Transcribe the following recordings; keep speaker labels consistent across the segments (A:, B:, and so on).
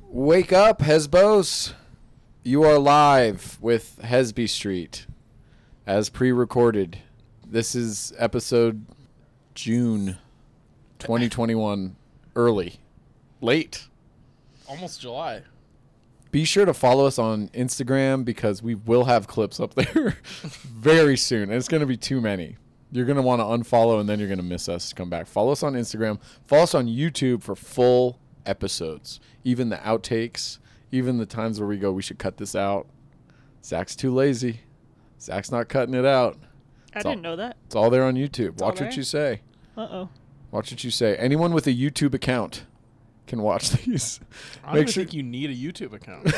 A: Wake up, Hezbos. You are live with Hesby Street as pre recorded. This is episode June 2021. Early. Late.
B: Almost July.
A: Be sure to follow us on Instagram because we will have clips up there very soon. And it's going to be too many. You're going to want to unfollow and then you're going to miss us. Come back. Follow us on Instagram. Follow us on YouTube for full episodes, even the outtakes, even the times where we go, we should cut this out. Zach's too lazy. Zach's not cutting it out.
C: I
A: It's all-
C: didn't know that.
A: It's all there on YouTube.
C: all
A: Watch what
C: there?
A: you say.
C: Uh oh.
A: Watch what you say. Anyone with a YouTube account can watch these.
B: I
A: Make
B: don't
A: sure-
B: think you need a YouTube account.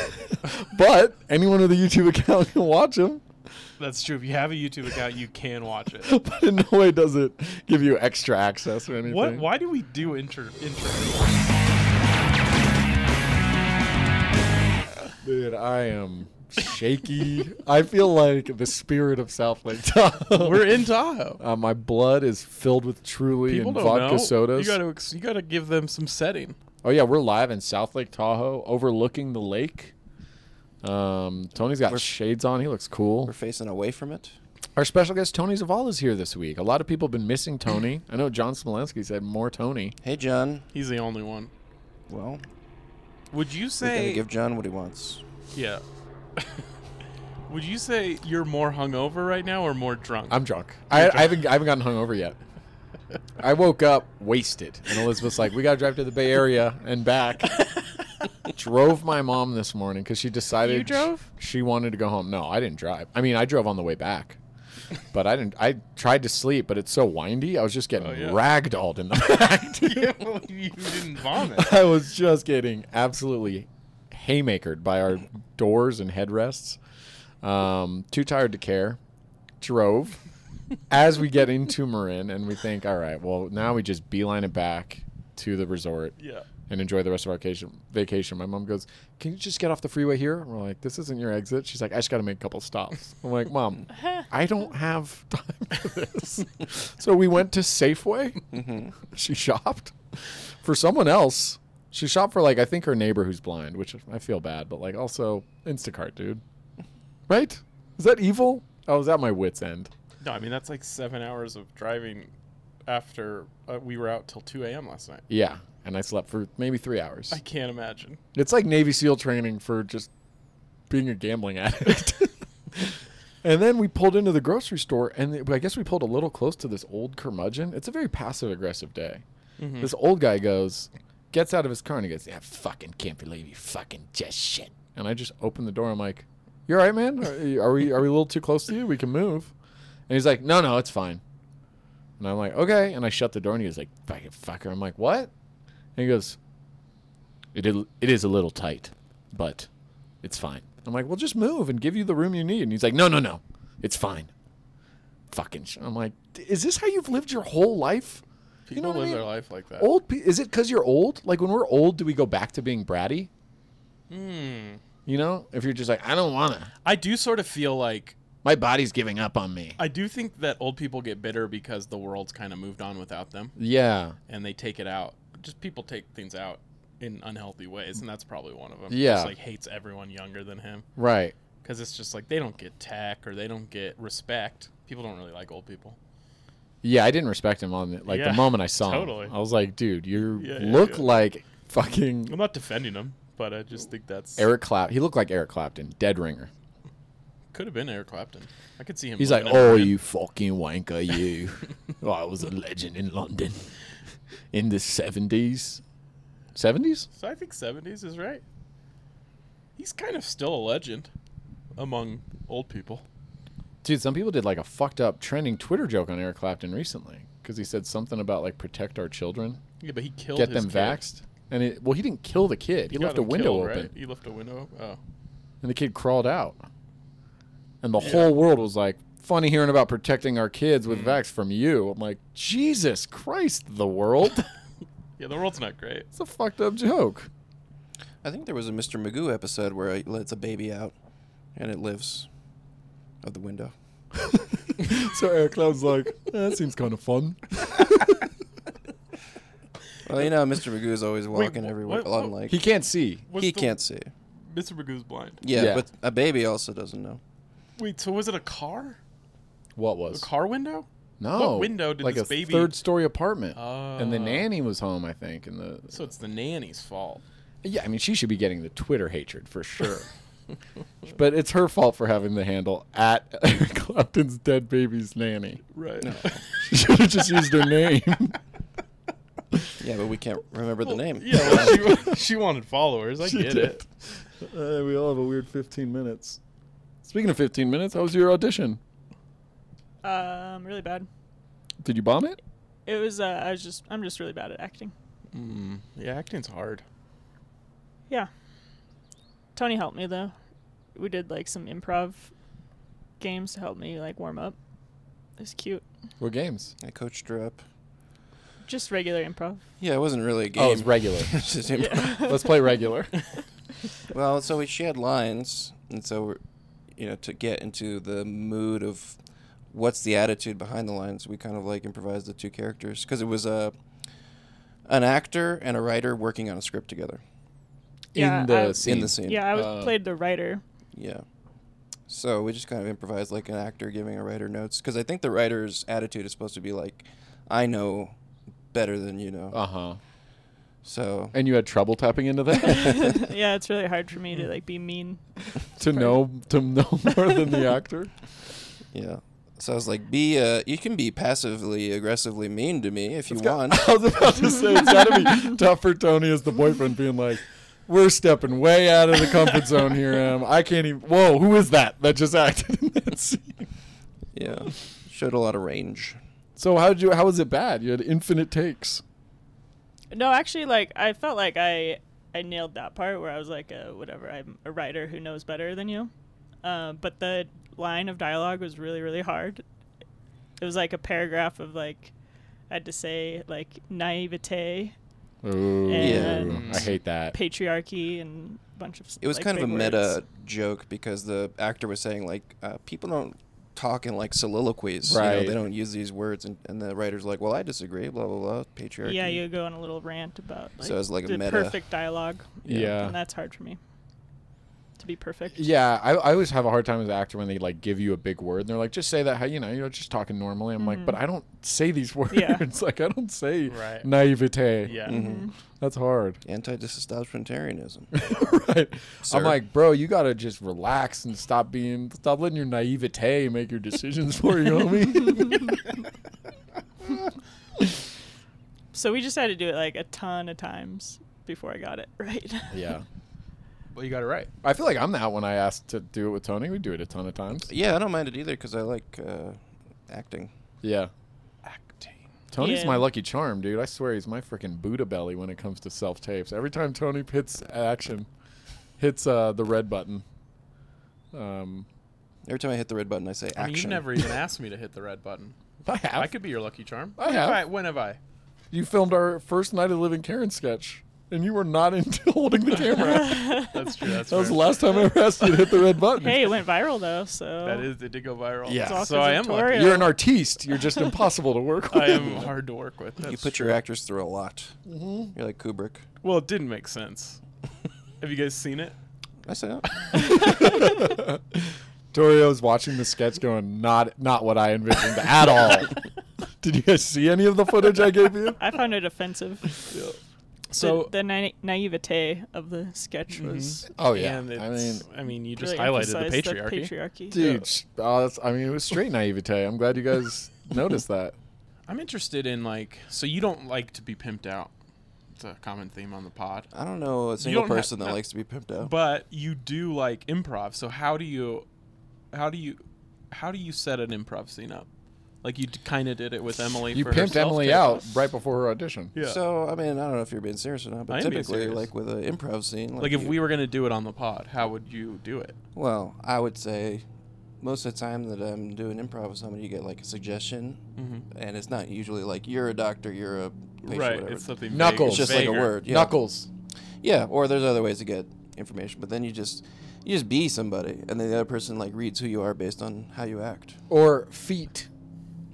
A: but anyone with a YouTube account can watch them.
B: That's true. If you have a YouTube account, you can watch it.
A: But in no way does it give you extra access or anything.
B: What? Why do we do intro? intro?
A: Dude, I am shaky. I feel like the spirit of South Lake Tahoe.
B: We're in Tahoe.
A: Uh, my blood is filled with Truly
B: People
A: and
B: don't
A: vodka
B: know.
A: sodas.
B: You gotta, ex- you gotta give them some setting.
A: Oh yeah, we're live in South Lake Tahoe, overlooking the lake. Um, Tony's got
D: We're-
A: shades on. He looks cool.
D: We're facing away from it.
A: Our special guest Tony Zavala is here this week. A lot of people have been missing Tony. I know John Smolensky said more Tony.
D: Hey, John.
B: He's the only one.
D: Well,
B: Would you
D: we're gonna
B: say?
D: give John what he wants.
B: yeah. Would you say you're more hungover right now or more drunk?
A: I'm drunk. I, I haven't I haven't gotten hungover yet. I woke up wasted, and Elizabeth's like, "We got to drive to the Bay Area and back." drove my mom this morning because she decided
B: You drove?
A: She wanted to go home. No, I didn't drive. I mean, I drove on the way back, but I didn't. I tried to sleep, but it's so windy. I was just getting
B: Oh, yeah.
A: ragdolled in the back. dude.
B: can't believe you didn't vomit.
A: I was just getting absolutely haymakered by our doors and headrests. Um, too tired to care. Drove. As we get into Marin, and we think, all right, well, now we just beeline it back to the resort
B: yeah.
A: and enjoy the rest of our vacation. Vacation. My mom goes, "Can you just get off the freeway here?" And we're like, "This isn't your exit." She's like, "I just got to make a couple stops." I'm like, "Mom, I don't have time for this." so we went to Safeway. She shopped for someone else. She shopped for like I think her neighbor who's blind, which I feel bad, but like also Instacart, dude. Right? Is that evil? I was at my wits end.
B: No, I mean that's like seven hours of driving. After uh, we were out till 2 a.m. last night.
A: Yeah, and I slept for maybe three hours.
B: I can't imagine.
A: It's like Navy SEAL training for just being a gambling addict. and then we pulled into the grocery store, and it- I guess we pulled a little close to this old curmudgeon. It's a very passive aggressive day.
B: Mm-hmm.
A: This old guy goes, gets out of his car, and he goes, "I fucking can't believe you fucking just shit." And I just open the door. I'm like, "You all right, man? Are, are we are we a little too close to you? We can move." And he's like, "No, no, it's fine." And I'm like, "Okay." And I shut the door, and he was like, "Fucking fucker." I'm like, "What?" And he goes, it is, it is a little tight, but it's fine. I'm like, well, just move and give you the room you need. And he's like, no, no, no, it's fine. Fucking. Sh-. I'm like, "D- is this how you've lived your whole life?
B: People
A: you know what
B: live
A: I mean?
B: their life like that.
A: Old. pe- Is it because you're old? Like when we're old, do we go back to being bratty?
B: Hmm.
A: You know, if you're just like, I don't wanna.
B: I do sort of feel like
A: My body's giving up on me.
B: I do think that old people get bitter because the world's kind of moved on without them,
A: Yeah,
B: and they take it out. Just people take things out in unhealthy ways, and that's probably one of them.
A: Yeah.
B: just like hates everyone younger than him
A: right.
B: because it's just like they don't get tech or they don't get respect. People don't really like old people.
A: Yeah, I didn't respect him on the, like
B: Yeah,
A: the moment I saw
B: totally.
A: him. I was like, dude, you
B: Yeah, yeah,
A: look
B: yeah.
A: like fucking
B: I'm not defending them, but I just think that's
A: Eric Clap. He looked like Eric Clapton, dead ringer.
B: could have been Eric Clapton. I could see him.
A: He's like,
B: living it,
A: "Oh,
B: man."
A: you fucking wanker, you! oh, I was a legend in London in the seventies, seventies.
B: So I think 70s is right. He's kind of still a legend among old people.
A: Dude, some people did like a fucked up trending Twitter joke on Eric Clapton recently because he said something about like protect our children,
B: Yeah, but he killed
A: get
B: his
A: them
B: kid.
A: vaxxed, and it, well, he didn't kill the kid. He,
B: got
A: left a
B: him
A: window
B: killed,
A: open,
B: Right? He left a window. Oh,
A: and the kid crawled out, and the
B: Yeah. Mm.
A: whole world was like, "Funny hearing about protecting our kids with vax from you." I'm like, Jesus Christ, the world!
B: yeah. The world's not great.
A: it's a fucked up joke.
D: I think there was a Mr. Magoo episode where it lets a baby out, and it lives out the window.
A: "Eh, So Eric Cloud's like, that seems kind of fun.
D: Well, you know, Mr. Magoo is always walking
B: wh-
D: everywhere.
B: what- what-
D: unlike
A: He can't see.
B: Was
D: he
B: the-
D: can't see.
B: Mr. Magoo's blind.
D: Yeah,
A: Yeah.
D: but a baby also doesn't know.
B: Wait, so was it a car?
A: What
B: A
A: was?
B: car window?
A: No.
B: What window did
A: like
B: this
A: a
B: baby-
A: third-story apartment, and the
B: Ah.
A: nanny was home, I think. And the
B: So it's the nanny's fault.
A: yeah, I mean, she should be getting the Twitter hatred for sure. but it's her fault for having the handle at Clapton's dead baby's nanny.
B: Right.
A: She should have just used her name.
D: Yeah, but we can't remember the name.
B: Yeah, well, she, she wanted followers. I
A: She
B: get
A: did.
B: it.
A: Uh, we all have a weird 15 minutes. Speaking of 15 minutes, how was your audition?
C: Um, really bad.
A: Did you bomb it?
C: It was. Uh, I was just. I'm just really bad at acting.
B: Mm, yeah, acting's hard.
C: Yeah. Tony helped me though. We did like some improv games to help me like warm up. It was cute.
A: What games?
D: I coached her up.
C: Just regular improv.
D: Yeah, it wasn't really a game.
A: Oh, it was regular.
D: It was just improv.
A: Let's play regular.
D: Well, so we, she had lines, and so we're, you know, to get into the mood of what's the attitude behind the lines, we kind of like improvised the two characters because it was a an actor and a writer working on a script together
C: Yeah,
A: in the
C: I-
A: scene.
D: in the scene.
C: Yeah, I was,
A: Uh,
C: played the writer.
D: Yeah. So we just kind of improvised like an actor giving a writer notes because I think the writer's attitude is supposed to be like, I know better than you know.
A: Uh huh.
D: so
A: And you had trouble tapping into that
C: yeah, it's really hard for me to like be mean.
A: to know to know more than the actor.
D: yeah. So I was like, be uh, you can be passively aggressively mean to me if you
A: It's got-
D: want.
A: I was about to say it's got to be tough for Tony as the boyfriend, being like, "We're stepping way out of the comfort zone here. Em. I can't even. Whoa, who is that that just acted in that scene?
D: Yeah, showed a lot of range.
A: So how did you? How was it bad? You had infinite takes.
C: No, actually, like I felt like I I nailed that part where I was like, uh, whatever, I'm a writer who knows better than you. Uh, but the line of dialogue was really really hard. It was like a paragraph of like I had to say like naivete,
A: Ooh,
D: Yeah.
A: I hate that.
C: patriarchy, and a bunch of. s-
D: It was
C: like,
D: kind of a
C: big
D: meta
C: words.
D: joke because the actor was saying like, uh, people don't talk in like soliloquies. You know,
A: Right.
D: they don't use these words, and, and the writer's like, well, I disagree. Blah blah blah. Patriarchy.
C: Yeah, you go on a little rant about like,
D: So it's like a
C: the
D: meta-
C: perfect dialogue.
A: Yeah.
C: and that's hard for me to be perfect.
A: Yeah, I, I always have a hard time as an actor when they like give you a big word and they're like, just say that how you know you're just talking normally. I'm like, but I don't say these words.
C: Yeah.
A: like I don't say
B: Mm-hmm. Right.
A: naivete.
B: Yeah.
C: Mm-hmm.
A: that's hard.
D: Mm-hmm. Anti-disestablishmentarianism.
B: Oh
A: right.
D: Sir.
A: I'm like, bro, you gotta just relax and stop being, stop letting your naivete make your decisions for you, homie.
C: So we just had to do it like a ton of times before I got it right.
A: yeah.
B: Well, you got it right.
A: I feel like I'm that when I asked to do it with Tony. We do it a ton of times.
D: yeah, I don't mind it either because I like uh, acting.
A: Yeah.
B: Acting.
A: Tony's
C: Yeah.
A: my lucky charm, dude. I swear he's my freaking Buddha belly when it comes to self tapes. Every time Tony hits action, hits uh, the red button. Um,
D: Every time I hit the red button, I say
B: I mean,
D: action.
B: you've never even asked me to hit the red button.
A: I have.
B: I could be your lucky charm.
A: I have.
B: If when have I?
A: you filmed our first night of Living Karen sketch, and you were not into holding the camera.
B: That's true. That's
A: that was the
B: fair.
A: last time I ever asked you to hit the red button.
C: hey, it went viral though, so
B: That is, it did go viral.
A: Yeah. It's all
B: So
C: 'cause
B: I
C: of
B: am
C: Tori.
B: lucky.
A: You're an artiste. You're just impossible to work with.
B: I am hard to work with. That's
D: you put
B: true. Mm-hmm.
D: your actors through a lot. You're like Kubrick.
B: Well, it didn't make sense. have you guys seen it?
D: I say "Oh, that.
A: Torio's watching the sketch, going, "Not, not what I envisioned at all." Did you guys see any of the footage I gave you?
C: I found it offensive.
B: So.
C: the, the na- naivete of the sketch was
A: Oh yeah,
B: And
A: I mean,
B: it's- I mean, you just
C: really
B: highlighted the
C: emphasized that
B: patriarchy.
C: patriarchy.
A: dude, sh- oh, that's, I mean, it was straight naivete. I'm glad you guys noticed that.
B: I'm interested in like, so you don't like to be pimped out. It's a common theme on the pod.
D: I don't know a single
B: don't have-
D: person that
B: no.
D: likes to be pimped out.
B: But you do like improv. So how do you, how do you, how do you set an improv scene up? Like you kind of did it with Emily.
A: You
B: for
A: pimped
B: herself,
A: Emily
B: too.
A: out right before her audition.
B: Yeah.
D: So I mean, I don't know if you're being serious or not,
B: I
D: but
B: am being
D: typically,
B: serious.
D: like with an improv scene,
B: like if
D: you-
B: we were gonna do it on the pod, how would you do it?
D: well, I would say most of the time that I'm doing improv with somebody, you get like a suggestion,
B: Mm-hmm.
D: and it's not usually like you're a doctor, you're a patient, whatever.
B: It's something.
A: Knuckles.
D: It's just like a
B: vaguer.
D: word. Yeah.
A: Knuckles.
D: Yeah, or there's other ways to get information, but then you just you just be somebody, and then the other person like reads who you are based on how you act.
A: or feet.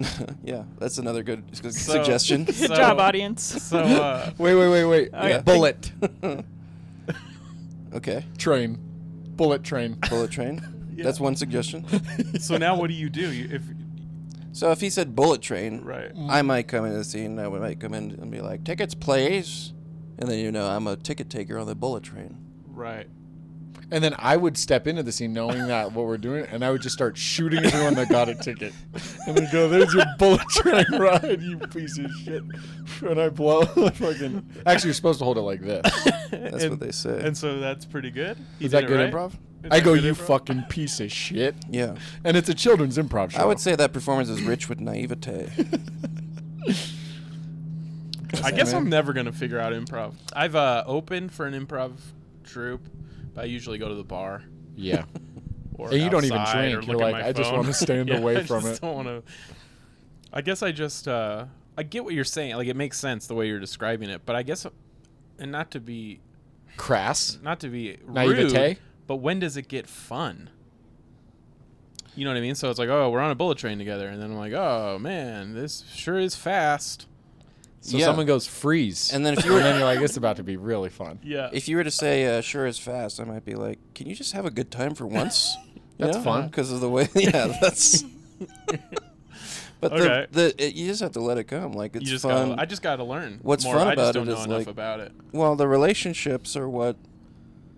D: yeah, that's another good s-
B: So-
D: suggestion.
B: So-
C: Good job, audience.
B: So uh,
A: Wait, wait, wait, wait.
C: Okay. Yeah.
A: Bullet
D: okay,
A: train. Bullet train.
D: bullet train.
B: Yeah.
D: That's one suggestion.
B: so now what do you do? You, if
D: So if he said bullet train,
B: right,
D: I might come into the scene. I would- might come in and be like, tickets, please. And then you know I'm a ticket taker on the bullet train.
B: right.
A: And then I would step into the scene knowing that what we're doing, and I would just start shooting everyone that got a ticket. And we go, there's your bullet train ride, you piece of shit. And I blow the fucking. Actually, you're supposed to hold it like this.
D: That's
B: and,
D: what they say.
B: And so that's pretty good. He
A: Is that
B: did it
A: good
B: right?
A: improv?
B: Is
A: I
B: that
A: go,
B: good
A: you
B: improv?"
A: fucking piece of shit.
D: yeah,
A: And it's a children's improv show.
D: I would say that performance is rich with naivete.
B: I guess
D: man.
B: I'm never gonna figure out improv. I've uh, opened for an improv troupe, but I usually go to the bar.
A: Yeah.
B: Or
A: And you don't even
B: outside or
A: drink. You're
B: look at
A: like,
B: my
A: "I just
B: phone."
A: wanna stand
B: Yeah,
A: away
B: I
A: from
B: just
A: it.
B: Don't want to. I guess I just uh, I get what you're saying. Like it makes sense the way you're describing it, but I guess, and not to be
A: Crass.
B: not to be rude,
A: Naivete?
B: but when does it get fun? You know what I mean? So it's like, oh, we're on a bullet train together, and then I'm like, oh man, this sure is fast.
A: So
D: Yeah.
A: someone goes, freeze.
D: And then if you were-
A: and then you're like, it's about to be really fun.
B: Yeah.
D: If you were to say uh, "sure as fast," I might be like, "Can you just have a good time for once?"
A: That's fun.
D: because of the way. Yeah, that's. but
B: Okay.
D: the, the it, you just have to let it come. Like it's
B: you just
D: fun.
B: gotta, I just got to learn.
D: What's
B: more.
D: fun
B: I just
D: about
B: don't
D: it
B: know
D: is,
B: enough
D: like-
B: about it.
D: well, the relationships are what.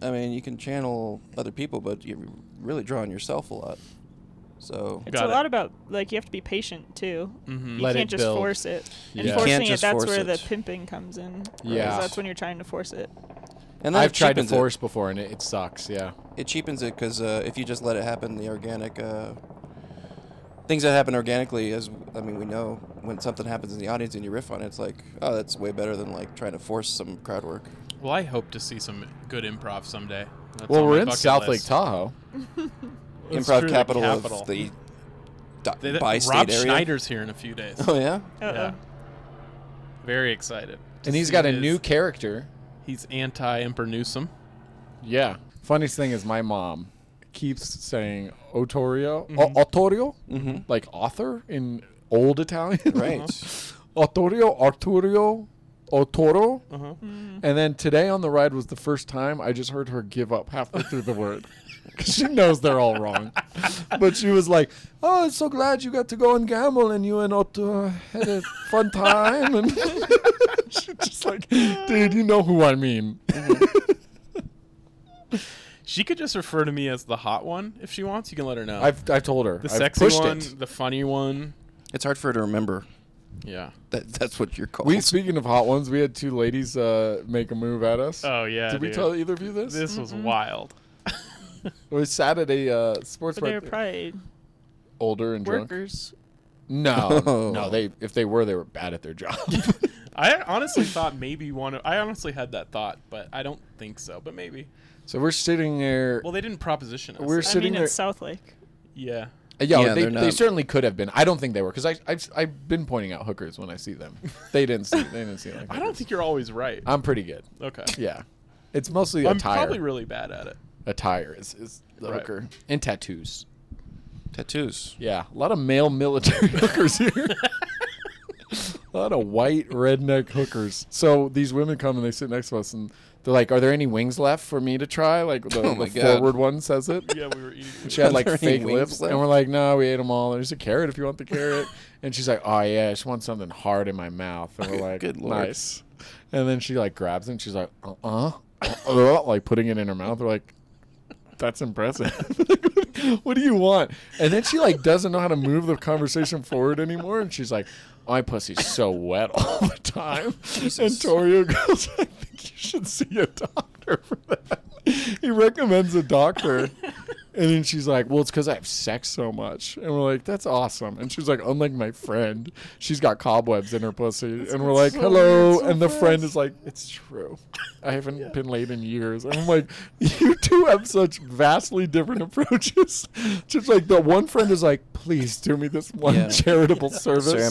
D: I mean, you can channel other people, but you're really drawing yourself a lot. So
C: It's
B: Got it.
C: a
B: Mm-hmm.
C: lot about like you have to be patient too. You
A: Let it
C: can't just
A: build.
C: force it.
A: Yeah.
C: And
A: You can't
C: forcing it,
D: just
C: that's
D: force
C: where the
D: it.
C: pimping comes in. 'Cause
A: Yeah.
C: that's when you're trying to force it.
D: and then
A: I've
D: it
A: tried to
D: cheapens it.
A: force before, and it, it sucks. Yeah.
D: it cheapens it because uh, if you just let it happen, the organic uh, things that happen organically, as I mean, we know when something happens in the audience and you riff on it, it's like, oh, that's way better than like trying to force some crowd work.
B: Well, I hope to see some good improv someday. That's
A: Well,
B: on
A: we're
B: my
A: in
B: bucket
A: South Lake
B: list.
A: Tahoe.
B: It's
D: Improv
B: true, the
D: capital,
B: capital.
D: of the
B: They-
D: do-
B: that-
D: by state
B: Rob Uh-huh.
D: area.
B: Schneider's here in a few days.
D: Oh yeah,
C: Uh-oh.
B: Yeah. Very excited. to
A: And he's
B: see
A: got a
B: his-
A: new character.
B: He's anti Emperor Newsom.
A: Yeah. Funniest thing is my mom keeps saying Otorio, O- Otorio, like author in old Italian.
D: right.
A: Otorio, Arturio, Otoro.
B: Uh-huh.
C: Mm-hmm.
A: And then today on the ride was the first time I just heard her give up halfway through the word. 'Cause she knows they're all wrong. But she was like, Oh, I'm so glad you got to go and gamble and you and Otto had a fun time. And she's just like, Dude, you know who I mean.
B: Mm-hmm. She could just refer to me as the hot one if she wants. You can let her know.
A: I've, I've told her.
B: the
A: I've
B: sexy
A: pushed
B: one,
A: it.
B: the funny one.
D: It's hard for her to remember
B: Yeah.
D: that that's what you're called.
A: We speaking of hot ones, we had two ladies uh, make a move at us.
B: Oh yeah.
A: Did we
B: dude. Mm-hmm.
A: tell either of you this?
B: This was wild.
A: It was Saturday uh, sports
C: But they're
A: bar-
C: probably
A: older and drunk.
C: workers.
A: No,
D: Oh.
A: no, they if they were, they were bad at their job.
B: I honestly thought maybe one. Of, I honestly had that thought, but I don't think so. But maybe.
A: so we're sitting there.
B: Well, they didn't proposition us.
A: We're
C: I
A: sitting
C: mean,
A: there.
C: it's South Lake.
B: yeah.
A: yeah,
D: Yeah,
A: Uh, they,
D: they're
A: they
D: not-
A: certainly could have been. I don't think they were because I I've, I've been pointing out hookers when I see them. They didn't see. They didn't see. Like
B: I don't think you're always right.
A: I'm pretty good.
B: Okay.
A: Yeah, it's mostly
B: I'm
A: attire.
B: probably really bad at it.
A: attire is, is the
B: Right.
A: hooker and tattoos.
D: tattoos.
A: Yeah, a lot of male military hookers here. a lot of white redneck hookers. So these women come and they sit next to us and they're like, "Are there any wings left for me to try?" Like the,
D: Oh my
A: the
D: God.
A: forward one says it.
B: Yeah, we were eating.
A: She had
D: Are
A: like
D: there any
A: fake
D: wings
A: lips,
D: left?
A: and we're like, "No, we ate them all. There's a carrot if you want the carrot." and she's like, "Oh yeah, I just want something hard in my mouth." And we're like,
D: Good lord.
A: "Nice." And then she like grabs it. and She's like, "Uh uh uh," like putting it in her mouth. We're like, that's impressive. what do you want? And then she like doesn't know how to move the conversation forward anymore, and she's like, "Oh, "My pussy's so wet all the time." And Torio goes, "I think you should see a doctor for that." He recommends a doctor, and then she's like, "Well, it's because I have sex so much." And we're like, "That's awesome." And she's like, "Unlike my friend, she's got cobwebs in her pussy." And we're like,
B: so
A: "Hello,"
B: weird, so
A: and the friend
B: fast.
A: is like, "It's true." I haven't been late in years. And I'm like, you two have such vastly different approaches. Just like the one friend is like, please do me this one
D: Yeah.
A: charitable service.
D: Sarah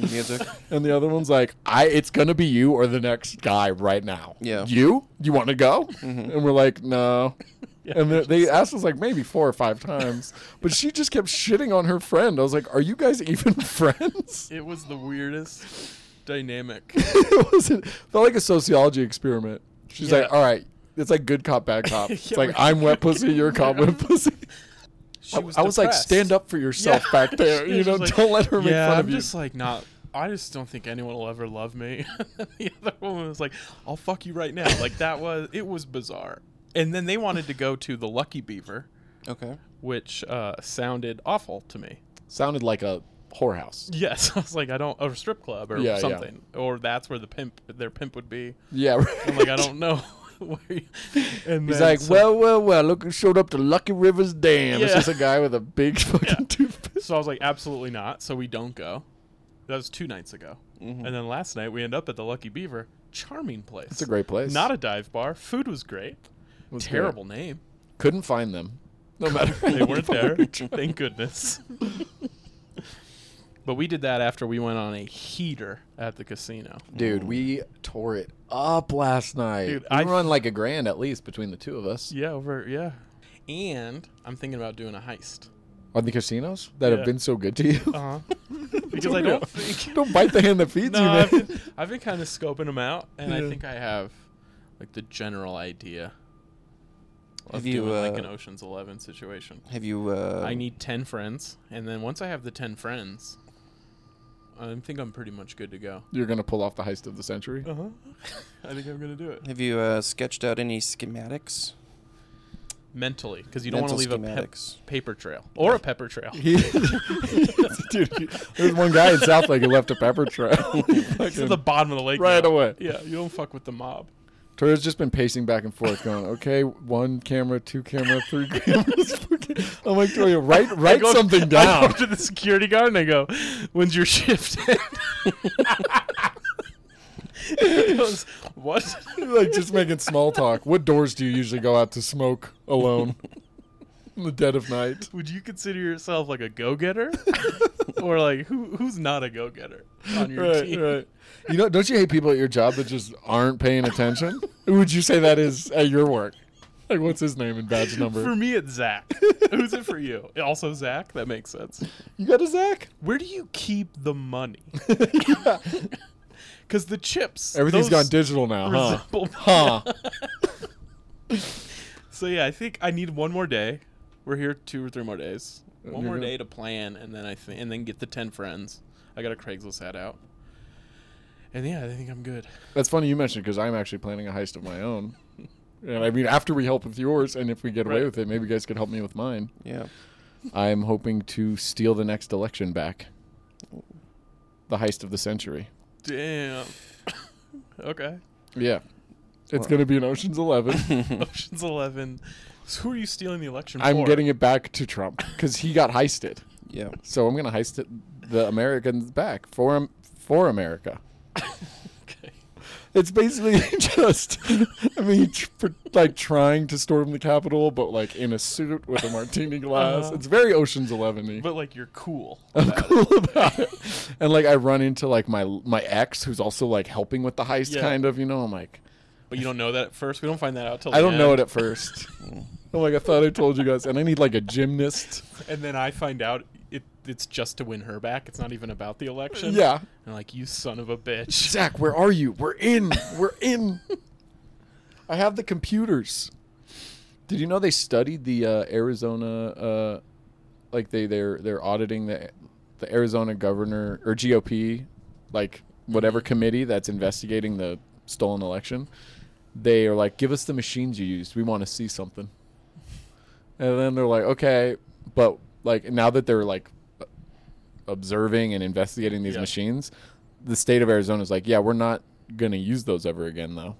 D: music.
A: And the other one's like, I it's gonna be you or the next guy right now.
D: Yeah. Mm-hmm.
A: You? You wanna go? And we're like, No. and they- they asked us like maybe four or five times, but she just kept shitting on her friend. I was like, "Are you guys even friends?"
B: It was the weirdest dynamic.
A: it wasn't felt like a sociology experiment. She's
B: Yeah.
A: like, "All right, it's like good cop, bad cop. It's
B: Yeah,
A: like
B: we're-
A: I'm wet pussy, you're cop wet pussy."
B: She
A: I, I was like,
B: depressed.
A: "Stand up for yourself
B: Yeah.
A: back there.
B: She
A: You
B: was
A: know,
B: just like,
A: don't let her make
B: yeah,
A: fun
B: I'm
A: of you."
B: just like not. I just don't think anyone will ever love me. the other woman was like, "I'll fuck you right now." Like that was it was bizarre. And then they wanted to go to the Lucky Beaver,
D: Okay.
B: which uh, sounded awful to me.
A: Sounded like a whorehouse.
B: Yes, I was like, I don't or strip club or
A: Yeah, yeah.
B: something, or that's where the pimp their pimp would be.
A: Yeah, right.
B: I'm like, I don't know. where you, and
A: He's
B: then
A: like,
B: so-
A: well, well, well. Look, who showed up to Lucky Rivers Dam. It's
B: Yeah.
A: just a guy with a big fucking
B: Yeah.
A: toothpick.
B: So I was like, absolutely not. So we don't go. That was two nights ago.
A: Mm-hmm.
B: And then last night we end up at the Lucky Beaver. Charming place.
A: It's a great place.
B: Not a dive bar. Food was great.
A: Was great.
B: Terrible name.
A: Couldn't find them. No matter.
B: They weren't there. Thank goodness. but we did that after we went on a heater at the casino.
A: Dude, we tore it up last night.
B: Dude,
A: we
B: I-
A: run like a grand at least between the two of us.
B: Yeah, over yeah. And I'm thinking about doing a heist.
A: On the casinos that
B: Yeah.
A: have been so good to you.
B: Uh huh. because I don't think
A: don't bite the hand that feeds
B: No,
A: you,
B: I've
A: man.
B: been, I've been kind of scoping them out, and I
A: Yeah.
B: think I have like the general idea of
D: Have you,
B: doing like
D: uh,
B: an Ocean's Eleven situation.
D: Have you? Uh,
B: I need ten friends, and then once I have the ten friends, I think I'm pretty much good to go.
A: You're gonna pull off the heist of the century.
B: Uh huh. I think I'm gonna do it
D: Have you uh, sketched out any schematics?
B: mentally because you don't want to leave
D: Mental
B: a pep-
D: schematics.
B: paper trail or a pepper trail.
A: He, dude, he- there's one guy in South Lake who left a pepper trail.
B: It's at the bottom of the lake
A: right
B: now.
A: away.
B: Yeah, you don't fuck with the mob.
A: Toyota's just been pacing back and forth, going, "Okay, one camera, two camera, three cameras." fucking- I'm like, Toyo, write
B: I
A: write
B: go-
A: something
B: I
A: down.
B: go to the security guard and I go, "When's your shift?" end?" he goes, "What?"
A: like just making small talk. What doors do you usually go out to smoke alone in the dead of night?
B: Would you consider yourself like a go-getter, or like who who's not a go-getter on your
A: Right,
B: team?
A: right. You know, don't you hate people at your job that just aren't paying attention? Who would you say that is at your work? Like, what's his name and badge
B: For
A: number?
B: me, it's Zach. Who's it for you? Also, Zach. That makes sense.
A: You got a Zach?
B: Where do you keep the money?
A: yeah.
B: Because the chips.
A: Everything's
B: those
A: gone digital now, huh?
B: resemble-
A: Huh.
B: So yeah, I think I need one more day. We're here two or three more days.
A: you're
B: One more
A: good.
B: day to plan, and then I think, and then get the ten friends. I got a Craigslist hat out, and yeah, I think I'm good.
A: That's funny you mentioned because I'm actually planning a heist of my own. And I mean, after we help with yours, and if we get away
B: Right.
A: with it, maybe you guys could help me with mine.
D: Yeah.
A: I'm hoping to steal the next election back. The heist of the century.
B: Damn. okay.
A: Yeah. It's
D: Wow.
A: going to be an Ocean's 11.
B: Ocean's Eleven. So who are you stealing the election for?
A: Hmm. I'm getting it back to Trump because he got heisted.
D: Yeah.
A: So I'm going to heist it, the Americans back for, Am- for America.
B: Okay.
A: It's basically just, I mean, tr- for, like trying to storm the Capitol, but like in a suit with a martini glass.
B: Uh-huh.
A: It's very Ocean's 11
B: But like you're cool.
A: I'm cool about it. And like I run into like my my ex who's also like helping with the heist
B: Yeah.
A: kind of, you know, I'm like
B: But you don't know that at first. We don't find that out till
A: I
B: the
A: don't know it
B: end.
A: at first.
B: Mm.
A: I'm like I thought I told you guys and I need like a gymnast.
B: And then I find out it, it's just to win her back. It's not even about the election.
A: Yeah.
B: And like you son of a bitch.
A: Zach, where are you? We're in. We're in. I have the computers. Did you know they studied the uh, Arizona uh, like they they're they're auditing the the Arizona governor or GOP like whatever committee that's investigating the stolen election. They are like, give us the machines you used. We want to see something. And then they're like, okay, but like now that they're like observing and investigating these
B: Yeah.
A: machines, the state of Arizona is like, yeah, we're not gonna use those ever again though,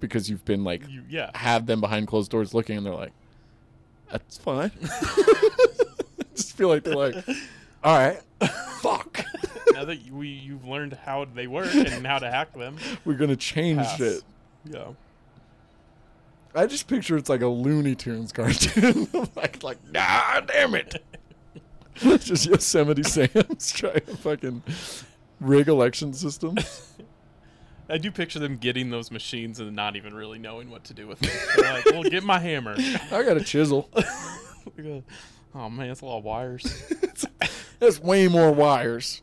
A: because you've been like
B: You, yeah.
A: have them behind closed doors looking and they're like that's fine just feel like they're like all right fuck
B: now that we you've learned how they work and how to hack them.
A: we're gonna change
B: Pass.
A: it
B: Yeah.
A: i just picture it's like a looney tunes cartoon like like nah damn it just yosemite sam's trying to fucking rig election systems
B: I do picture them getting those machines and not even really knowing what to do with them. They're like, well, get my hammer.
A: I got a chisel.
B: oh man, that's a lot of wires.
A: That's way more wires.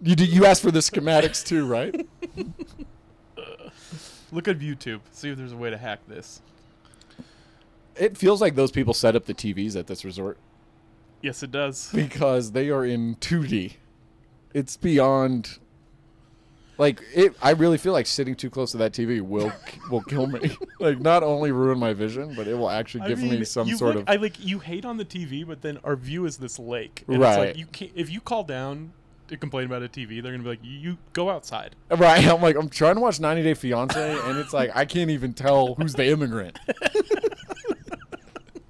A: You did, you asked for the schematics too, right?
B: Look at YouTube. See if there's a way to hack this.
A: It feels like those people set up the TVs at this resort
B: Yes, it does.
A: because they are in 2D. It's beyond like it I really feel like sitting too close to that TV will will kill me. like not only ruin my vision, but it will actually
B: I
A: give
B: mean,
A: me some
B: you
A: sort
B: look-
A: of
B: I like you hate on the TV, but then our view is this lake. And It's
A: Right.
B: like you can't, if you call down to complain about a TV, they're gonna be like, you go outside.
A: Right. I'm like, I'm trying to watch 90 Day Fiance, and it's like, I can't even tell who's the immigrant.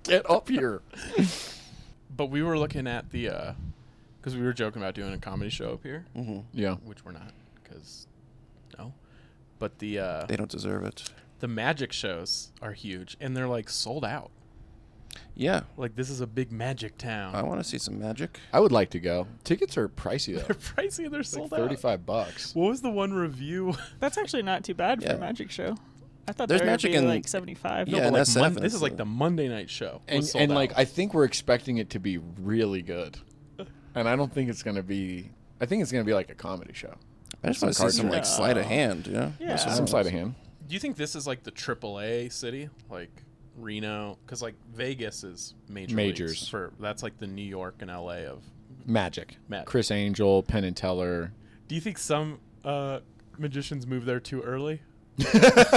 A: Get up here.
B: But we were looking at the, because we were joking about doing a comedy show up here,
A: Yeah.
B: which we're not, because no. But the uh,
D: They don't deserve it.
B: the magic shows are huge, and they're like sold out.
D: Yeah,
B: Like this is a big magic town.
D: I want to see some magic.
A: I would like to go. Tickets are pricey, though.
B: they're pricey. and They're
A: Like
B: sold out.
A: 35 bucks.
B: What was the one review?
C: That's actually not too bad for
D: Yeah.
C: a magic show. I thought
D: There's
C: there
D: magic
C: would be
D: in-
C: like 75.
D: Yeah,
B: But,
D: and
B: like,
D: that's
B: Mon-
D: seven,
B: this is like
D: so-
B: the Monday night show. was
A: And,
B: sold
A: and like,
B: out.
A: I think we're expecting it to be really good. And I don't think it's going to be, I think it's going to be like a comedy show.
D: I just
A: Some
D: want to see some like
A: cards.
D: sleight of hand. You know?
C: Yeah.
D: That's what
A: Some
D: I
A: sleight of
D: want.
A: hand.
B: Do you think this is like the AAA city, like Reno? Because like Vegas is major
A: Majors.
B: leagues for that's like the New York and LA of.
A: Magic.
B: Magic.
A: Chris Angel, Penn and Teller.
B: Do you think some uh, magicians move there too early,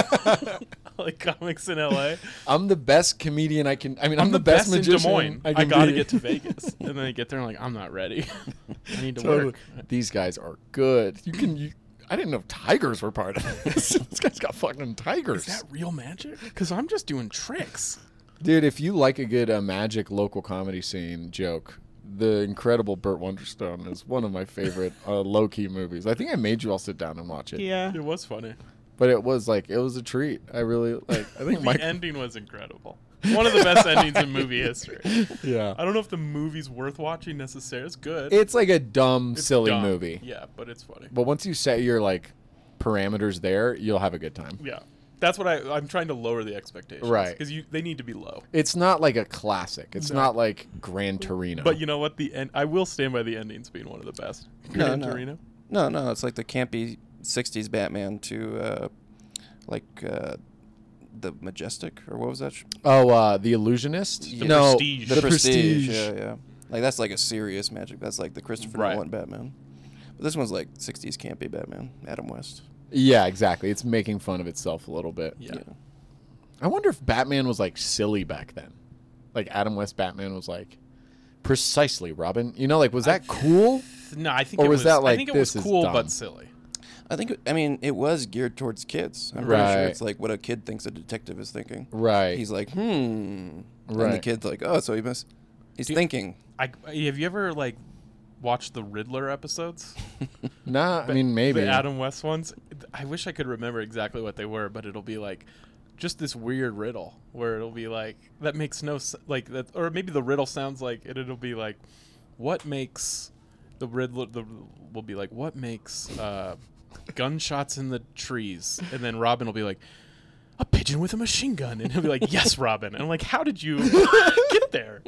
B: like comics in LA?
A: I'm the best comedian I can. I mean, I'm,
B: the, best, in Des
A: magician
B: Moines. I,
A: can be.
B: gotta get to Vegas, and then I get there and like I'm not ready. I need to
A: Totally.
B: work.
A: These guys are good. You can. You, I didn't know tigers were part of this. this guy's got fucking tigers,
B: Is that real magic? Because I'm just doing tricks.
A: dude. If you like a good uh, magic local comedy scene joke, the incredible Burt Wonderstone is one of my favorite uh, low key movies. I think I made you all sit down and watch it.
C: Yeah.
B: It was funny.
A: But it was like it was a treat. I really like. I think
B: The
A: Mike.
B: ending was incredible. One of the best endings in movie history.
A: Yeah.
B: I don't know if the movie's worth watching necessarily. It's good.
A: It's like a dumb,
B: It's
A: silly
B: dumb.
A: movie.
B: Yeah, but it's funny.
A: But once you set your like parameters there, you'll have a good time.
B: Yeah, that's what I. I'm trying to lower the expectations,
A: Right.
B: Because you they need to be low.
A: It's not like a classic. It's not like Gran Torino.
B: But you know what? The end. I will stand by the endings being one of the best.
D: No,
B: Gran
D: no.
B: Torino.
D: No, no, it's like the campy '60s Batman to uh, like uh, the majestic or what was that? sh-
A: Oh, uh, the Illusionist.
D: The
A: no,
B: Prestige.
A: the,
B: The
A: Prestige.
D: Yeah, yeah. Like that's like a serious magic. That's like the Christopher
B: Right.
D: Nolan Batman. But this one's like '60s campy Batman, Adam West.
A: Yeah, exactly. It's making fun of itself a little bit.
B: Yeah.
A: I wonder if Batman was like silly back then. Like Adam West Batman was like precisely Robin. You know, like was that cool?
B: No, I think.
A: Or
B: it
A: was
B: was
A: that
B: I
A: like,
B: think it
A: this
B: was
A: is
B: cool
A: dumb?
B: but silly.
D: I think I mean it was geared towards kids. I'm pretty sure
A: Right.
D: it's like what a kid thinks a detective is thinking.
A: Right.
D: He's like, hmm. And the
A: Right.
D: kid's like, oh, so he must. He's thinking.
B: I have you ever like watched the Riddler episodes?
A: nah, I mean maybe.
B: The Adam West ones. I wish I could remember exactly what they were, but it'll be like just this weird riddle where it'll be like that makes no s- like that, or maybe the riddle sounds like it. It'll be like what makes the riddle the will be like what makes uh, gunshots in the trees, and then Robin will be like. A pigeon with a machine gun, and he'll be like, "Yes, Robin." And I'm like, "How did you get there?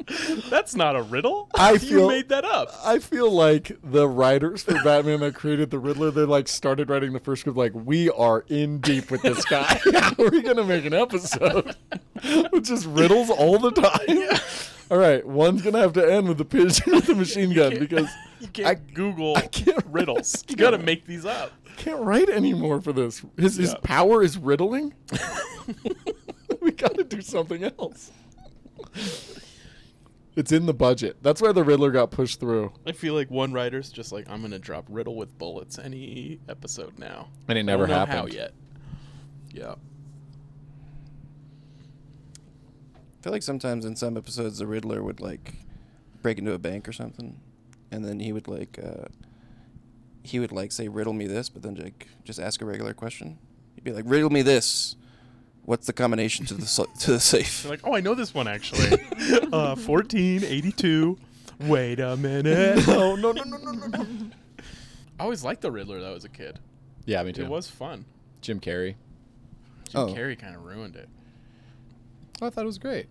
B: That's not a riddle.
A: I
B: you
A: feel-
B: made that up."
A: I feel like the writers for Batman that created the Riddler, they like started writing the first script like we are in deep with this guy. We're gonna make an episode with just riddles all the time. All right, one's gonna have to end with the pigeon with the machine gun because
B: You can't
A: I
B: Google
A: can't-
B: riddles.
A: I
B: You got to
A: can't.
B: make these up.
A: can't write anymore for this. His his
B: Yeah.
A: power is riddling. we gotta do something else. It's in the budget. That's why the Riddler got pushed through.
B: I feel like one writer's just like, I'm gonna drop riddle with bullets any episode now.
A: And it
B: I
A: never
B: don't know
A: happened.
B: How yet? Yeah.
D: I feel like sometimes in some episodes the Riddler would like break into a bank or something, and then he would like uh, he would like say riddle me this, but then like just ask a regular question. He'd be like riddle me this. What's the combination to the sl- to the safe?
B: They're like, oh, I know this one actually. uh, 1482. Wait a minute.
A: No, no, no, no, no, no.
B: I always liked the Riddler though as a kid.
A: Yeah, me too.
B: It was fun.
A: Jim Carrey.
B: Jim
D: Oh.
B: Carrey kind of ruined it.
A: Oh, I thought it was great.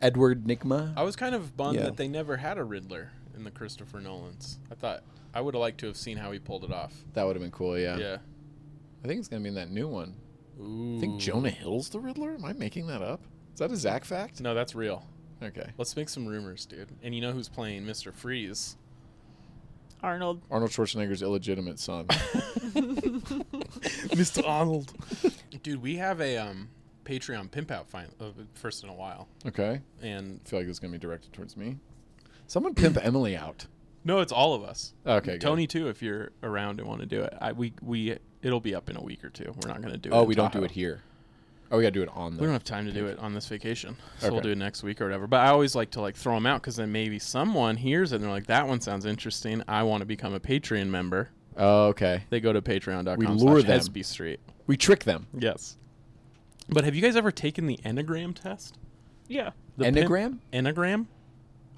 A: Edward Nigma.
B: I was kind of bummed
D: Yeah.
B: that they never had a Riddler in the Christopher Nolans. I thought I would have liked to have seen how he pulled it off.
A: That would have been cool. Yeah.
B: Yeah.
A: I think it's gonna be in that new one.
B: Ooh.
A: I think Jonah Hill's the Riddler. Am I making that up? Is that a Zach fact?
B: No, that's real.
A: Okay.
B: Let's make some rumors, dude. And you know who's playing Mr. Freeze?
C: Arnold.
A: Arnold Schwarzenegger's illegitimate son.
B: Mr. Arnold. Dude, we have a um, Patreon pimp out fin- uh, first in a while.
A: Okay.
B: And
A: I feel like this is gonna be directed towards me. Someone pimp Emily out.
B: no, it's all of us.
A: Okay. good.
B: Tony too, if you're around and want to do it. I we we it'll be up in a week or two. We're not going to do it.
A: Oh,
B: in
A: we don't do
B: Tahoe.
A: it here. Oh, we gotta do it on the.
B: We don't have time to do it on this vacation, so we'll
A: Okay.
B: do it next week or whatever. But I always like to like throw them out because then maybe someone hears it and they're like, "That one sounds interesting. I want to become a Patreon member."
A: Oh, okay.
B: They go to patreon.com.
A: We lure
B: slash
A: them.
B: Hesby Street.
A: We trick them.
B: Yes. But have you guys ever taken the Enneagram test?
C: Yeah.
B: The pimp-
A: Enneagram.
B: Enneagram.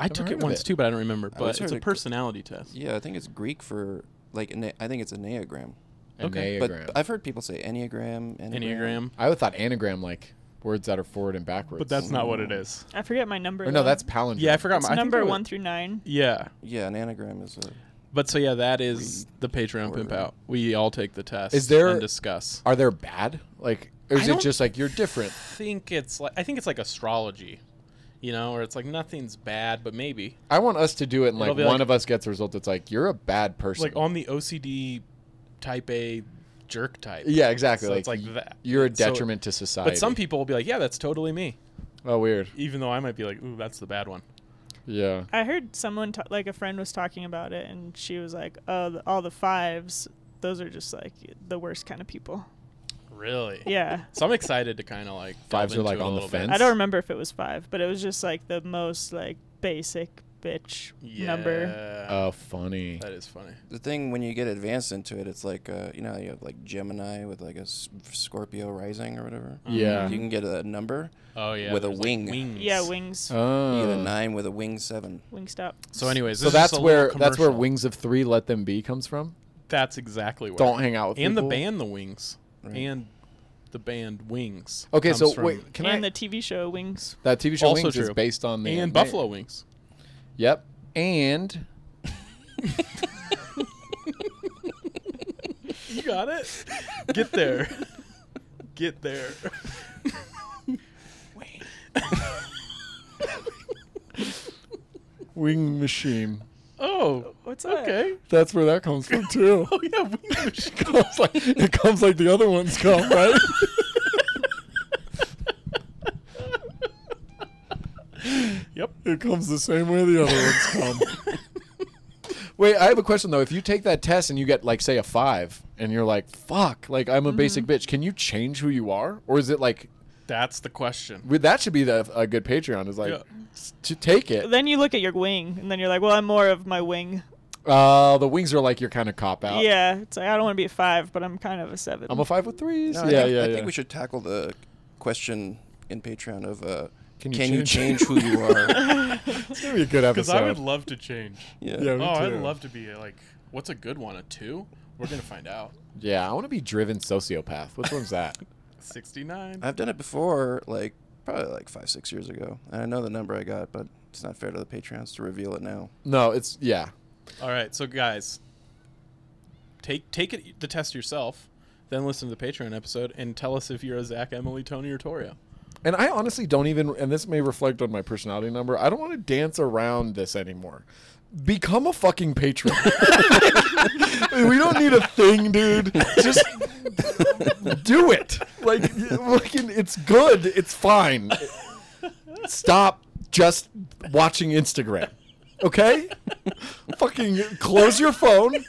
B: I took
A: heard
B: it
A: of
B: once
A: it.
B: too, but I don't remember. But
D: always
B: it's
D: heard
B: a
D: it-
B: personality test.
D: Yeah, I think it's Greek for like. ene- I think it's an enneagram.
B: Okay.
D: But
A: Enneagram.
D: I've heard people say enneagram, enneagram.
B: Enneagram.
A: I would thought anagram like words that are forward and backwards. Mm.
B: But that's not what it is.
C: I forget my number.
A: Or no,
C: though.
A: that's palindrome.
B: Yeah, I forgot.
C: It's
B: my, I think
C: number
B: there was-
C: one through nine.
B: Yeah.
D: Yeah, an anagram is a.
B: But so yeah, that is the Patreon pimp
D: Order.
B: out. We all take the test.
A: Is there-
B: and discuss?
A: Are there bad? Like, or
B: I
A: is it
B: don't-
A: just like you're different?
B: think it's like I think it's like astrology, you know, where it's like nothing's bad, but maybe
A: I want us to do it, and like
B: It'll
A: one
B: be like-
A: of us gets a result that's like you're a bad person.
B: like on the OCD type A jerk type.
A: yeah, exactly.
B: So
A: like,
B: it's like
A: y-
B: that.
A: You're a
B: So-
A: detriment to society.
B: But some people will be like, yeah, that's totally me,
A: Oh, weird.
B: even though I might be like, ooh, that's the bad one.
A: Yeah.
C: I heard someone, ta- like a friend, was talking about it, and she was like, "Oh, the, all the fives, those are just like the worst kind of people."
B: Really?
C: Yeah,
B: So I'm excited to kind of like delve
A: Fives are,
B: into
A: like,
B: it a
A: on the
B: little bit.
A: fence?
C: I don't remember if it was five, but it was just like the most like basic bitch
B: Yeah.
C: number.
A: Oh, funny.
B: That is funny.
D: The thing when you get advanced into it, it's like uh, you know how you have like Gemini with like a s- Scorpio rising or whatever.
B: Um, Mm-hmm.
A: Yeah.
D: You can get a number.
B: Oh yeah.
D: With a
B: there's, like,
D: wing.
B: wings.
C: Yeah, wings,
D: You get a
A: Oh.
D: nine with a wing seven.
C: wing stop.
B: So anyways,
A: So
B: this is
A: that's
B: just a
A: where
B: little
A: that's where
B: commercial.
A: Wings of Three Let Them Be comes from.
B: That's exactly where.
A: Don't hang out with
B: and the
A: people.
B: band The Wings
D: Right.
B: and the band Wings.
A: Okay,
B: comes
A: so
B: from-
A: wait, can
C: and
A: I?
C: the TV show Wings.
A: that TV show
B: Also
A: Wings is
B: true.
A: based on the
B: and
A: ma-
B: Buffalo Wings.
A: Yep. And
B: You got it. Get there. Get there.
A: Wing Machine.
B: Oh,
C: What's that?
B: okay.
A: That's where that comes from too.
B: Oh yeah, Wing Machine.
A: comes like it comes like the other ones come, right?
B: Yep.
A: It comes the same way the other ones come. Wait, I have a question though. If you take that test and you get like say a five, and you're like, "Fuck!" Like I'm a
C: Mm-hmm.
A: basic bitch. Can you change who you are, or is it like
B: That's the question.
A: well, that should be the, a good Patreon? Is like
B: Yeah.
A: s- to take it.
C: Then you look at your wing, and then you're like, "Well, I'm more of my wing."
A: Uh, the wings are like your kind of cop out.
C: yeah, it's like I don't want to be a five, but I'm kind of a 7
A: I'm a five with threes.
D: No,
A: yeah,
D: I think,
A: yeah,
D: I
A: yeah.
D: think we should tackle the question in Patreon of uh,
A: Can
D: can,
A: you
D: you,
A: change?
D: change who you are?
A: It's gonna be a good
B: Because
A: episode.
B: I would love to change.
D: yeah.
A: yeah,
B: Oh,
A: me
B: I'd
A: too.
B: love to be like, what's a good one? A two? We're gonna find out.
A: Yeah, I want to be driven sociopath. Which one's that?
B: Sixty-nine.
D: I've done it before, like probably like five, six years ago. And I know the number I got, but it's not fair to the Patreons to reveal it now.
A: no, it's yeah.
B: All right, so guys, take take it the test yourself, then listen to the Patreon episode and tell us if you're a Zach, Emily, Tony, or Toria.
A: And I honestly don't even, and this may reflect on my personality number, I don't want to dance around this anymore. Become a fucking patron. we don't need a thing, dude. Just do it. Like, fucking, it's good. It's fine. Stop just watching Instagram. Okay? fucking close your phone,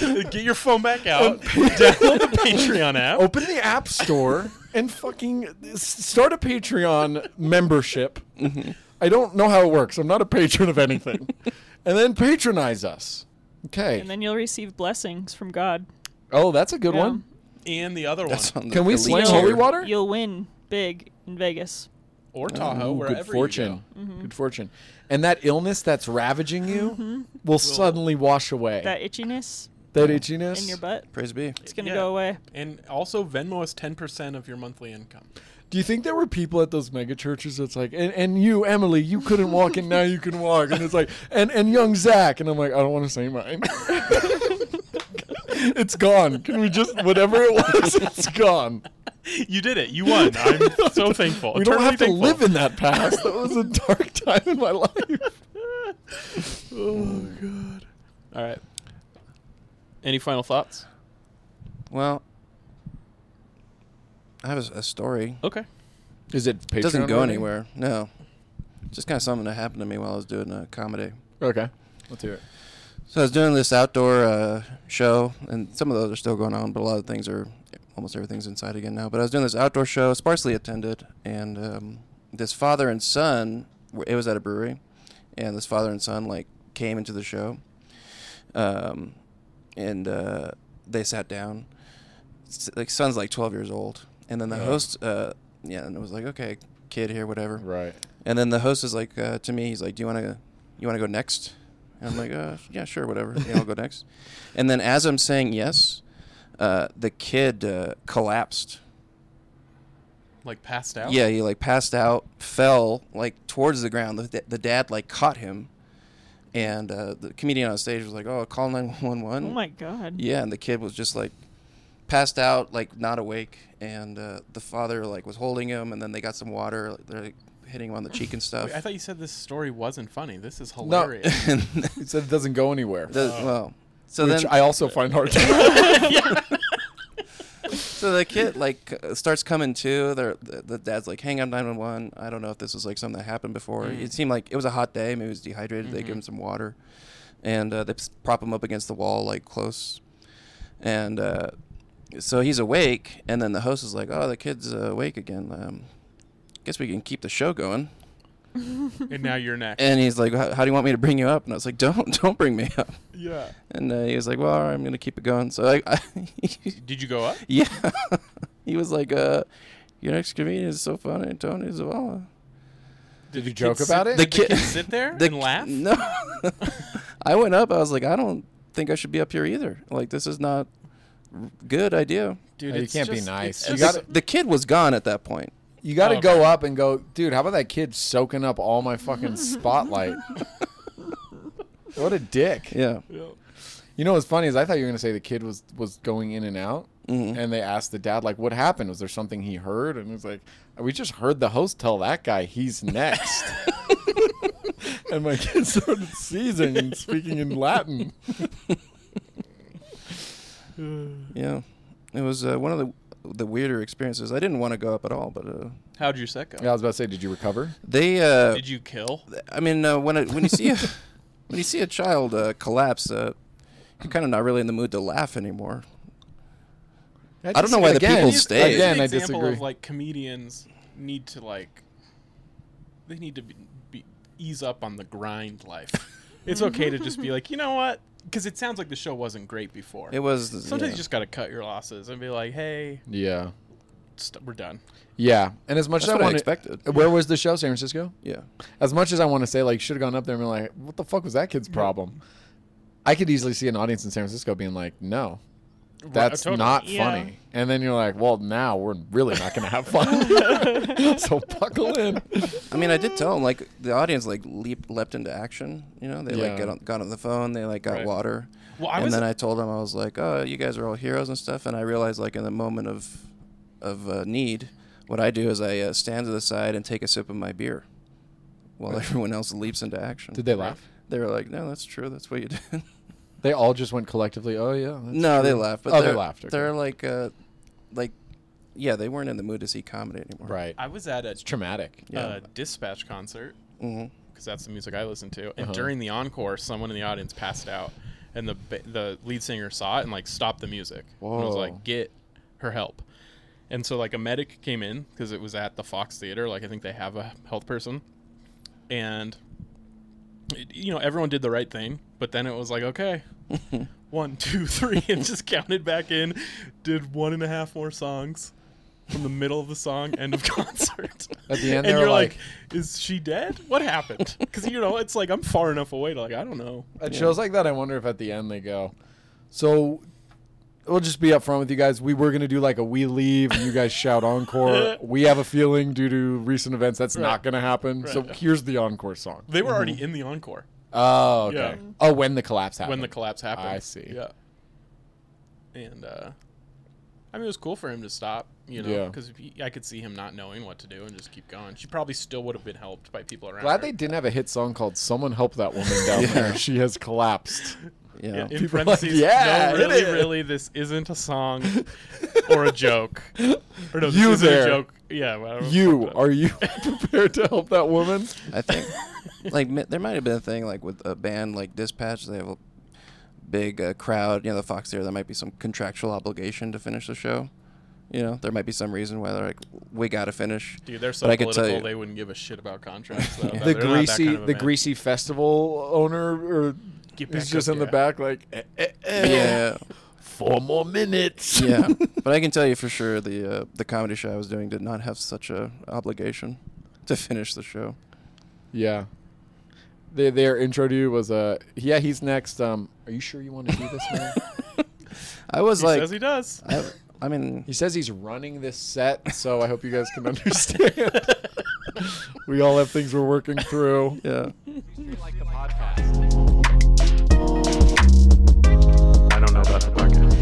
B: Get your phone back out. download the Patreon app.
A: open the App Store, and fucking s- start a Patreon membership. I don't know how it works. I'm not a patron of anything. and then patronize us. Okay.
C: and then you'll receive blessings from God.
A: oh, that's a good
C: Yeah.
A: one.
B: And the other one.
D: That's on the
A: Can we
D: elite
A: slam
D: tier.
A: holy water?
C: You'll win big in Vegas.
B: Or Tahoe,
A: Ooh,
B: wherever
A: good fortune. Good fortune. And that illness that's ravaging you will suddenly wash away.
C: Mm-hmm. That itchiness.
A: That itchiness.
C: in your butt.
D: Praise be.
C: It's gonna
B: Yeah.
C: go away.
B: And also, Venmo is ten percent of your monthly income.
A: Do you think there were people at those mega churches that's like, and, and you, Emily, you couldn't walk and now you can walk? And it's like, and, and young Zach. And I'm like, I don't want to say mine. it's gone. Can we just, whatever it was, it's gone.
B: You did it. You won. I'm so thankful.
A: We don't
B: Eternally
A: have to
B: thankful.
A: live in that past. That was a dark time in my life.
B: Oh, All right. Any final thoughts?
D: Well, I have a, s- a story.
B: Okay.
A: Is it Patreon?
D: It doesn't go anywhere. No. Just kind of something that happened to me while I was doing a comedy.
A: Okay. Let's hear it.
D: So I was doing this outdoor uh, show, and some of those are still going on, but a lot of things are almost everything's inside again now. But I was doing this outdoor show, sparsely attended, and um, this father and son, w- it was at a brewery, and this father and son like came into the show, um, and uh, they sat down. S- like son's like 12 years old, and then the
A: Yeah.
D: host, uh, yeah, and it was like, okay, kid here, whatever.
A: Right.
D: And then the host is like uh, to me, he's like, "Do you want to, you want to go next?" And I'm like, uh, "Yeah, sure, whatever. Yeah, I'll go next." And then as I'm saying yes, uh, the kid uh, collapsed.
B: Like passed out.
D: Yeah, he like passed out, fell like towards the ground. The, the dad like caught him, and uh, the comedian on stage was like, "Oh, call nine one
C: Oh
D: one."
C: my god.
D: Yeah, and the kid was just like passed out, like not awake, and uh, the father like was holding him, and then they got some water. Like, they're like, hitting him on the cheek and stuff.
B: Wait, I thought you said this story wasn't funny. This is hilarious.
D: And-
A: It said it doesn't go anywhere.
D: The, well, so
A: Oh. which
D: then,
A: I also find hard to.
D: so the kid like c- starts coming to. They're, the, the dad's like, "Hang on, nine one one. I don't know if this was like something that happened before.
A: Mm.
D: It seemed like it was a hot day. Maybe he was dehydrated.
A: Mm-hmm.
D: They give him some water, and uh, they s- prop him up against the wall, like close. And uh, so he's awake. And then the host is like, "Oh, the kid's uh, awake again. Um, guess we can keep the show going."
B: and now you're next.
D: And he's like, "How how do you want me to bring you up?" And I was like, "Don't, don't bring me up."
B: yeah.
D: And uh, he was like, "Well, all right, I'm gonna keep it going." So I, I
B: Did you go up?
D: Yeah. he was like, uh, your next comedian is so funny, Tony Zavala.
A: Did you
B: the
A: joke
B: kid
A: about
B: sit-
A: it?
D: The
B: Did
D: kid-
B: kid sit there
D: The-
B: and laugh?
D: No. I went up. I was like, I don't think I should be up here either. Like, this is not r- good idea.
B: Dude,
A: No, Oh, you
B: it's
A: can't be
B: just-
A: nice.
B: it's
A: You
B: just-
A: gotta-
D: The kid was gone at that point.
A: You got to
B: Oh,
A: go up and go, dude. How about that kid soaking up all my fucking spotlight? what a dick!
D: Yeah.
A: You know what's funny is I thought you were gonna say the kid was was going in and out,
D: Mhm.
A: and they asked the dad like, "What happened? Was there something he heard?" And it was like, "We just heard the host tell that guy he's next." and my kid started seizing and speaking in Latin.
D: Yeah. It was uh, one of the the weirder experiences. I didn't want to go up at all, but uh,
B: How'd you set go?
A: Yeah, I was about to say, did you recover?
D: they. Uh,
B: Did you kill?
D: I mean, uh, when it, when you see a, when you see a child uh, collapse, uh, you're kind of not really in the mood to laugh anymore. I don't know why the
A: Again-
D: people
B: It's-
D: stayed.
B: it's
A: Again,
B: an
A: I
B: example
A: disagree.
B: Of, like comedians need to like, they need to be, be ease up on the grind life. it's okay to just be like, you know what? Because it sounds like the show wasn't great before.
D: It was
B: Sometimes
D: yeah.
B: you just gotta cut your losses and be like, hey,
A: yeah,
B: st- we're done.
A: yeah. And as much
D: That's
A: as I
D: what I
A: wanted,
D: expected.
A: where was the show? San Francisco.
D: yeah.
A: as much as I want to say, like, should have gone up there and been like, what the fuck was that kid's problem? I could easily see an audience in San Francisco being like, no,
B: Right,
A: that's
B: totally.
A: not
C: Yeah.
A: funny. And then you're like, well, now we're really not going to have fun. so buckle in.
D: I mean, I did tell them like the audience like leap leapt into action. You know, they
A: Yeah.
D: like got on, got on the phone, they like got
B: Right.
D: water,
B: Well, I
D: and
B: was.
D: then I told them I was like, "Oh, you guys are all heroes and stuff." And I realized like in the moment of of uh, need, what I do is I uh, stand to the side and take a sip of my beer, while everyone else leaps into action.
A: Did they laugh?
D: They were like, "No, that's true. That's what you did."
A: They all just went collectively, oh, yeah. that's
D: no, they
A: true."
D: laughed, but
A: Oh, they
D: they're,
A: laughed, okay.
D: They're like, uh, like, yeah, they weren't in the mood to see comedy anymore.
A: Right.
B: I was at a
A: It's traumatic.
B: uh, dispatch concert
D: hmm
B: because that's the music I listen to. And
A: Mm-hmm. Uh-huh.
B: during the encore, someone in the audience passed out, and the ba- the lead singer saw it and like stopped the music and was
A: Whoa.
B: like, "Get her help." And so like a medic came in because it was at the Fox Theater. Like I think they have a health person, and it- you know everyone did the right thing. But then it was like, okay, one, two, three, and just counted back in. Did one and a half more songs from the middle of the song, end of concert.
A: At the end,
B: and
A: they
B: you're
A: were
B: like,
A: like,
B: "Is she dead? What happened?" Because you know, it's like I'm far enough away to like I don't know.
A: At shows like that, I wonder if at the end they go, So we'll just be upfront with you guys. We were gonna do like a we leave and you guys shout encore. we have a feeling due to recent events that's not
B: Right.
A: gonna happen. So
B: Right.
A: here's the encore song.
B: They were already
A: Mm-hmm.
B: in the encore
A: Oh, okay.
B: Yeah.
A: Oh, when the collapse happened.
B: when the collapse happened.
A: I see.
B: Yeah. And uh, I mean, it was cool for him to stop. You know,
A: Yeah.
B: because I could see him not knowing what to do and just keep going. She probably still would have been helped by people around.
A: Glad
B: her.
A: they didn't have a hit song called "Someone Help That Woman Down There." She has collapsed.
D: Yeah.
B: In
A: People are like,
B: parentheses,
A: "Yeah,
B: no,
A: it
B: really,
A: is."
B: really, this isn't a song or a joke. Or no, this
A: You
B: isn't
A: there.
B: a joke. Yeah, well, I don't-
A: You are you prepared to help that woman?
D: I think like mi- there might have been a thing like with a band like Dispatch, they have a big uh, crowd. You know, the Fox Theater. There might be some contractual obligation to finish the show. You know, there might be some reason why they're like, we got to finish.
B: Dude, they're so
D: But I could tell
B: political
D: you-
B: they wouldn't give a shit about contracts. Though.
A: the
B: They're not that
A: greasy
B: kind of a
A: the
B: band.
A: greasy festival owner or
B: Get
A: is
B: back
A: just
B: up
A: in the
B: there.
A: back like eh, eh, eh,
D: Yeah,
A: four more minutes
D: yeah. but I can tell you for sure the uh, the comedy show I was doing did not have such a obligation to finish the show.
A: yeah their, their intro to you was uh yeah he's next um are you sure you want to do this man
D: I was
B: He
D: like,
B: says he does.
D: I, I mean,
A: he says he's running this set so i hope you guys can understand we all have things we're working through
D: yeah.
E: I don't know about the podcast.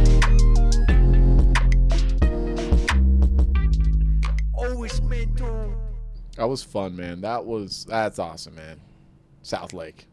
A: that was fun man that was that's awesome man south lake